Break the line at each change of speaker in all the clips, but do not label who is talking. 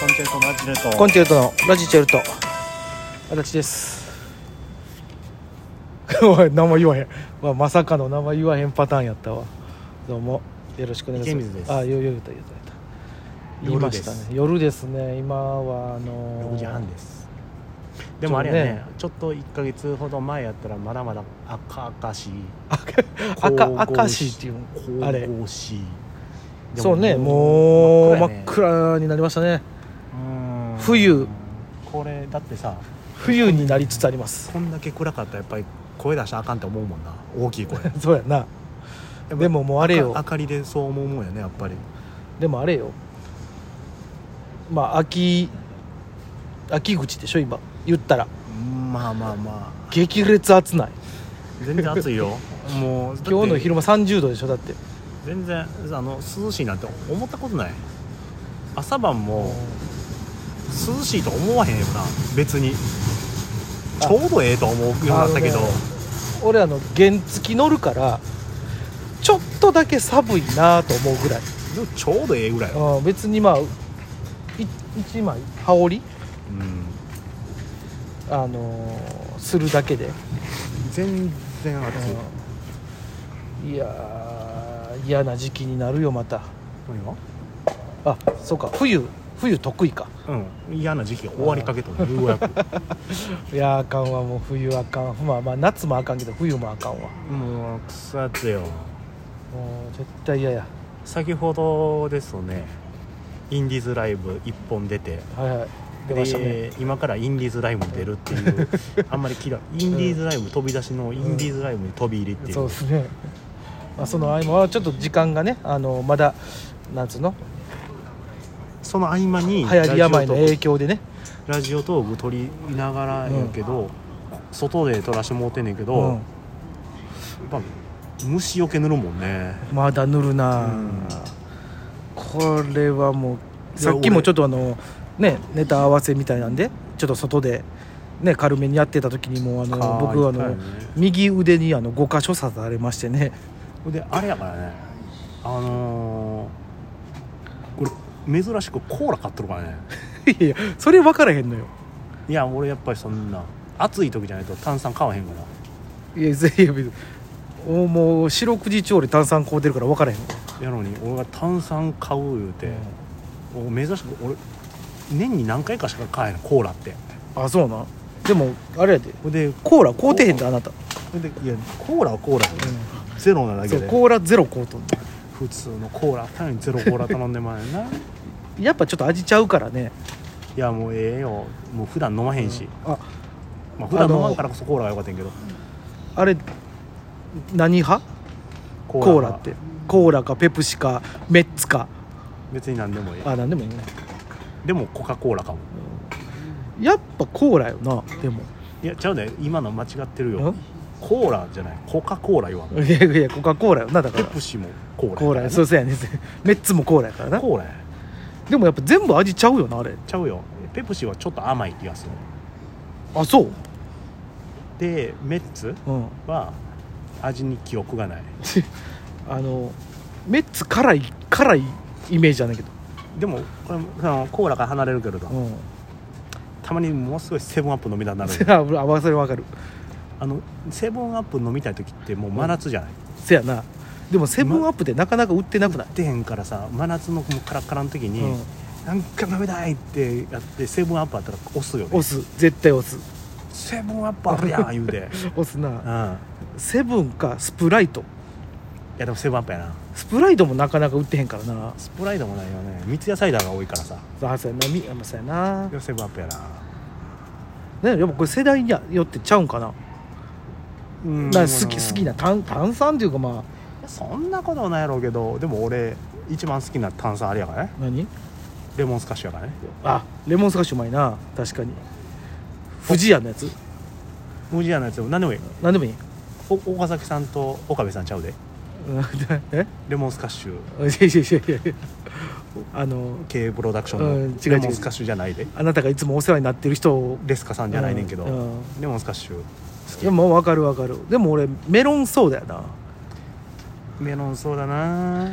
コンチェルトのアジル
コン
と
チェルトのラジチェルト足立です おい名前言わへん、まあ、まさかの名前言わへんパターンやったわどうもよろしくお願いします
池水です
あよよ言うた言うた言うた言いましたね夜ですね今はあの
6
ー
時半ですでもあれやね
そうね
ちょっと1か月ほど前やったらまだまだ赤々しい
赤赤しっていう
神
あれ
々しいで
そうねもう
真
真
っ
っ
暗
暗になりましたね
やね
冬
これだってさ
冬になりつつあります
こんだけ暗かったらやっぱり声出したらあかんって思うもんな大きい 声
そうやなでももうあれよ
明かりでそう思うもんやねやっぱり
でもあれよまあ秋秋口でしょ今言ったら
まあまあまあ
激烈暑ない
全然暑 いよもう
今日の
だって
昼間30度でしょだって
全然あの涼しいなんて思ったことない朝晩も涼しいと思わへんよな別に
あ
ちょうどええと思うようになったけど
あのね俺あの原付き乗るからちょっとだけ寒いなと思うぐらい、
でもちょうどええぐらいよ、
うん、別にまあい一枚羽織
うん、
あのーするだけで、
全然暑い
うんいやー嫌な時期になるよまた
何が
あそうか冬冬得意か
うん嫌な時期が終わりかけとるようやく
いやーあかんわもう冬あかんまあまあ夏もあかんけど冬もあかんわ
もう草暑いよ
もう絶対嫌や
先ほどですねインディーズライブ1本出て
はいはい出ましたね
で今からインディーズライブに出るっていう あんまり聞いたインディーズライブ飛び出しのインディーズライブに飛び入りっていう、
そうですね、 まあ、その合間はちょっと時間がねあのまだなんつうの
その合間
流
に
行り病の
ラジ
影響でね
オラジオトーク撮りながらやけど、外で撮らしてもうてんねんけど、
う
や
ん
っぱ虫よけ塗るもんね
まだ塗るな、
うん
これはもう
いや
さっきもちょっとあのねネタ合わせみたいなんでちょっと外でね軽めにやってた時にもうあの
か
僕はあ
いっぱ
の
いあるね
右腕にあの5箇所刺されましてね
であれやからねあのー、これ珍しくコーラ買っとるからね
いやいやそれ分からへんのよ
いや俺やっぱりそんな暑い時じゃないと炭酸買わへんから
いやぜひおもう四六時中俺炭酸買うてるから分からへん
やのに俺が炭酸買う言うて、もう珍しく俺年に何回かしか買えないコーラって
あそうなんでもあれやで
ほんで
コーラ買うてへんであなた、
ほんでいやコーラはコーラやね、ゼロなだ
そ
け
う
で
コーラゼロ買うとんの
普通のコーラあったのにゼロコーラ頼んでまえ ない
やっぱちょっと味ちゃうからね
やもうええよもう普段飲まへんし、
あ
まあ、普段
あの
飲まんからこそコーラがよかったんやけど
あれ何派
コ
コーラ
は
ってコーラかペプシかメッツか
別に何でもええ
あ何でもいいね
でもコカ・コーラかも
やっぱコーラよなでも
いやちゃうね今の間違ってるよ
ん
コーラじゃないコカ・コーラ言わん
いやいやコカ・コーラよなだか
ペ
ら
プシもコーラ
コーラそうそうやね メッツもコーラやからな
コーラや
でもやっぱ全部味ちゃうよなあれ
ちゃうよペプシはちょっと甘い気がする
あそう
でメッツ
うん
は味に記憶がない
あのメッツ辛い辛いイメージなんだけど、
でもこれそのコーラから離れるけれど、
うん、
たまにものすごいセブンアップ飲みたくなる
あ俺合わせるわかる
あのセブンアップ飲みたい時ってもう真夏じゃない、
せやなでもセブンアップでなかなか売ってなくない、
出へんからさ真夏のもうカラッカラの時に、
う
なんか飲みたいってやってセブンアップあったら押すよ
ん、押
ね
す絶対押す
セブンアップあるやん 言うて
押す
うんい
な
や
セブンかスプライト
でもセブンアップやな
スプライトもなかなか売ってへんからな
スプライドもないよね三ツ矢サイダーが多いからさ
あそうやなみあそうやな
でもセブンアップやな
ねやっぱこれ世代によってちゃうんかな
うん
な好き好きな炭炭酸っていうかまあ
そんなことないやろうけどでも俺一番好きな炭酸あれやからね
何
レモンスカッシュやからね
あレモンスカッシュうまいな確かに不二家のやつ
無事やのやつでも何でもいい
何で もいい
お岡崎さんと岡部さんちゃうで
うんえ
レモンスカッシュ
いやいやいやいやあの
K プロダクショ
うん違う違
ンの
う
レモンスカッシュじゃないで
あなたがいつもお世話になってる人を
レスカさんじゃないねんけど、
うんうん
レモンスカッシュ
いやもう分かる分かるでも俺メロンソーダやな
メロンそうだな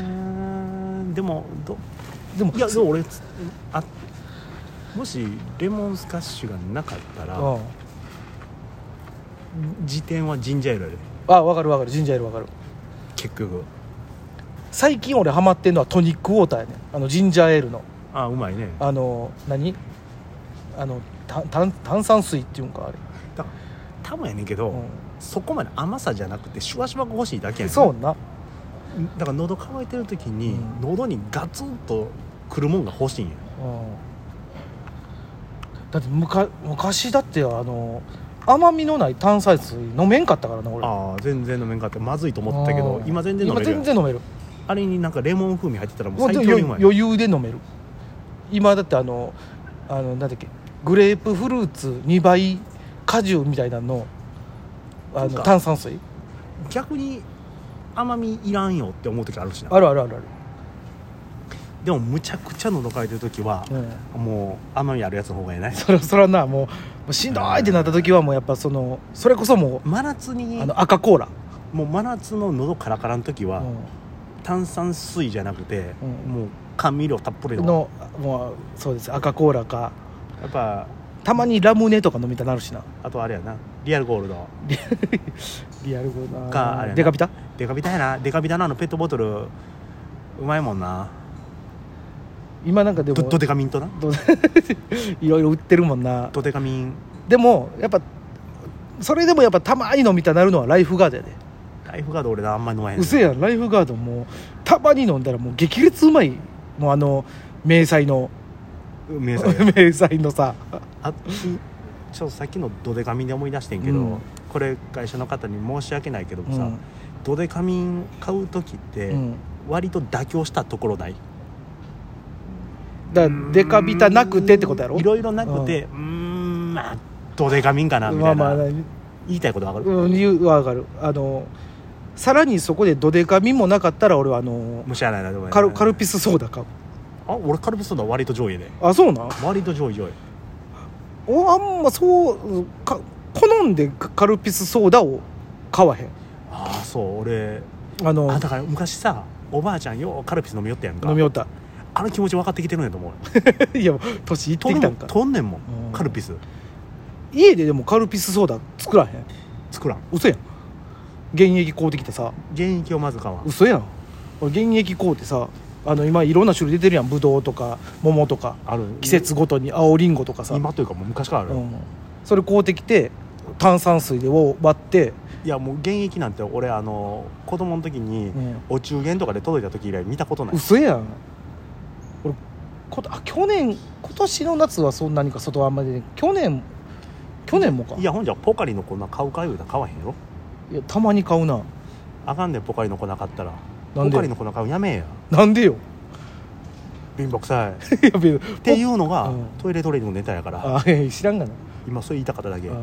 でもど
でも
いやでも俺あもしレモンスカッシュがなかったら
あ
時点はジンジャーエールやで
あ分かる分かるジンジャーエール分かる
結局
最近俺ハマってんのはトニックウォーターやねあのジンジャーエールの
あうまいね
あの何あのた炭炭酸水っていうんかあれ、
だ多分やねんけど、
う
そこまで甘さじゃなくてシュワシュワが欲しいだけや
ん、
ねん
そうな
だから喉乾いてる時に、
うん
喉にガツンとくるもんが欲しいんや
うんだってむか昔だってあの甘みのない炭酸水飲めんかったからな俺
ああ全然飲めんかったまずいと思ったけど
うん
今全然飲めるやん
今全然飲める
あれになんかレモン風味入ってたらも
も
う
う
最強に
余
うまい
余裕で飲める今だってあのあのなんだっけグレープフルーツ2倍果汁みたいなのあ
そう
の
か
炭酸水
逆に甘みいらんよって思う時あるしな
あるあるあるあ
でもむちゃくちゃ喉乾いてる時は
る、、うん、
もう甘みあるやつの方がいいね
そらそらなもうもうしんどいってなった時はもうやっぱそのそれこそも
真夏に
うあの赤コーラ、
もう真夏の喉カラカラの時は、
う
炭酸水じゃなくて、
うん
もう甘味料たっぷり
ん、
の
のもうそうです赤コーラか
やっぱ
たまにラムネとか飲みたなるしな
あとあれやなリアルゴールド
リアルゴー
かあれな
デカビタ
デカビタやなデカビタのあのペットボトルうまいもんな
今なんかで
ド
も
ドデカミンとな
ど いろいろ売ってるもんな
ドデカミン
でもやっぱそれでもやっぱたまに飲みたなるのはライフガードやで
ライフガード俺らあんまり飲まへんねん
うせやんライフガードもたまに飲んだらもう激烈うまいもうあの迷彩の
名作や
迷彩のさ
あちょっとさっきのドデカミンで思い出してんけど、
うん
これ会社の方に申し訳ないけど
う
もさ、
ん、
ドデカミン買う時って
うん、
割と妥協したところない
だからデカビタなくてってことやろ
いろいろなくてうーんまあドデカミンかなみ
ま
た
あ
いな、
まあう
言いたいことわかる、
ん理由はわかるあのさらにそこでドデカミもなかったら俺はあの
もしゃあないなでもね
カルカルピスソーダ買う
あ俺カルピスソーダ割と上位やで
あそうなん
割と上位上位
おあんまそうか好んでカルピスソーダを買わへん
ああそう俺
あの
あだから昔さおばあちゃんようカルピス飲みよったやんか
飲みよった
あの気持ち分かってきてるんやと思 う
いやもう年いって
と
き
ん
た
ね
ん
ん
か
とんねんも
うん
んカルピス
家ででもカルピスソーダ作らへん
作らん
嘘やん現役買うてきてさ
現役をまず買わん
嘘やん俺現役買うてさあの今いろんな種類出てるやんぶどうとか桃とか
ある
季節ごとに青りんごとかさ、
今というかもう昔からある、
うん、それ買うてきて炭酸水で割って、
いやもう現役なんて俺あの子供の時に
うん、
お中元とかで届いた時以来見たことない
嘘やん俺ことあ去年今年の夏はそんなにか外はあんまり出て去年去年もか
いやほんじゃポカリの粉買うか言うたら買わへんよ
いやたまに買うな
あかんでポカリの粉買ったら
な
ポ
んで
カリ
よ
の粉買うのやめえや
なんでよ
貧乏 くさいっ
いや別に
ていうのが、
うん
トイレトレーニングのネタやから
あいや知らんがな
今それ言いたかっただけい
あ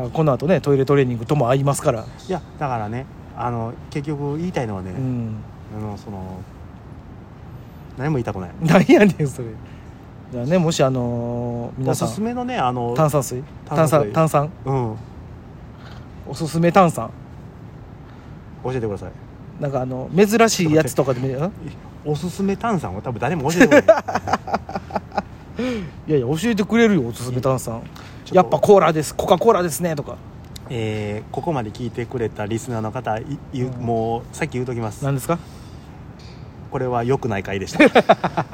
あこの後ねトイレトレーニングとも合いますから
やだからねあの結局言いたいのはね、
うん
あのその何も言いたくない
なんやねんそれじゃあねもしあのー皆
お
さ
すす
ん
めのねあの
炭酸水炭
炭酸
酸
水
炭酸
うん
おすすめ炭酸
教えてください
なんかあの珍しいやつとかで見るうん
おすすめ炭酸は多分誰も教えてく れない
いやいや教えてくれるよおすすめ炭酸
ちょと
やっぱコーラですコカ・コーラですねとか
えーここまで聞いてくれたリスナーの方いい
うん
もうさっき言うときます
何ですか
これは良くない回でした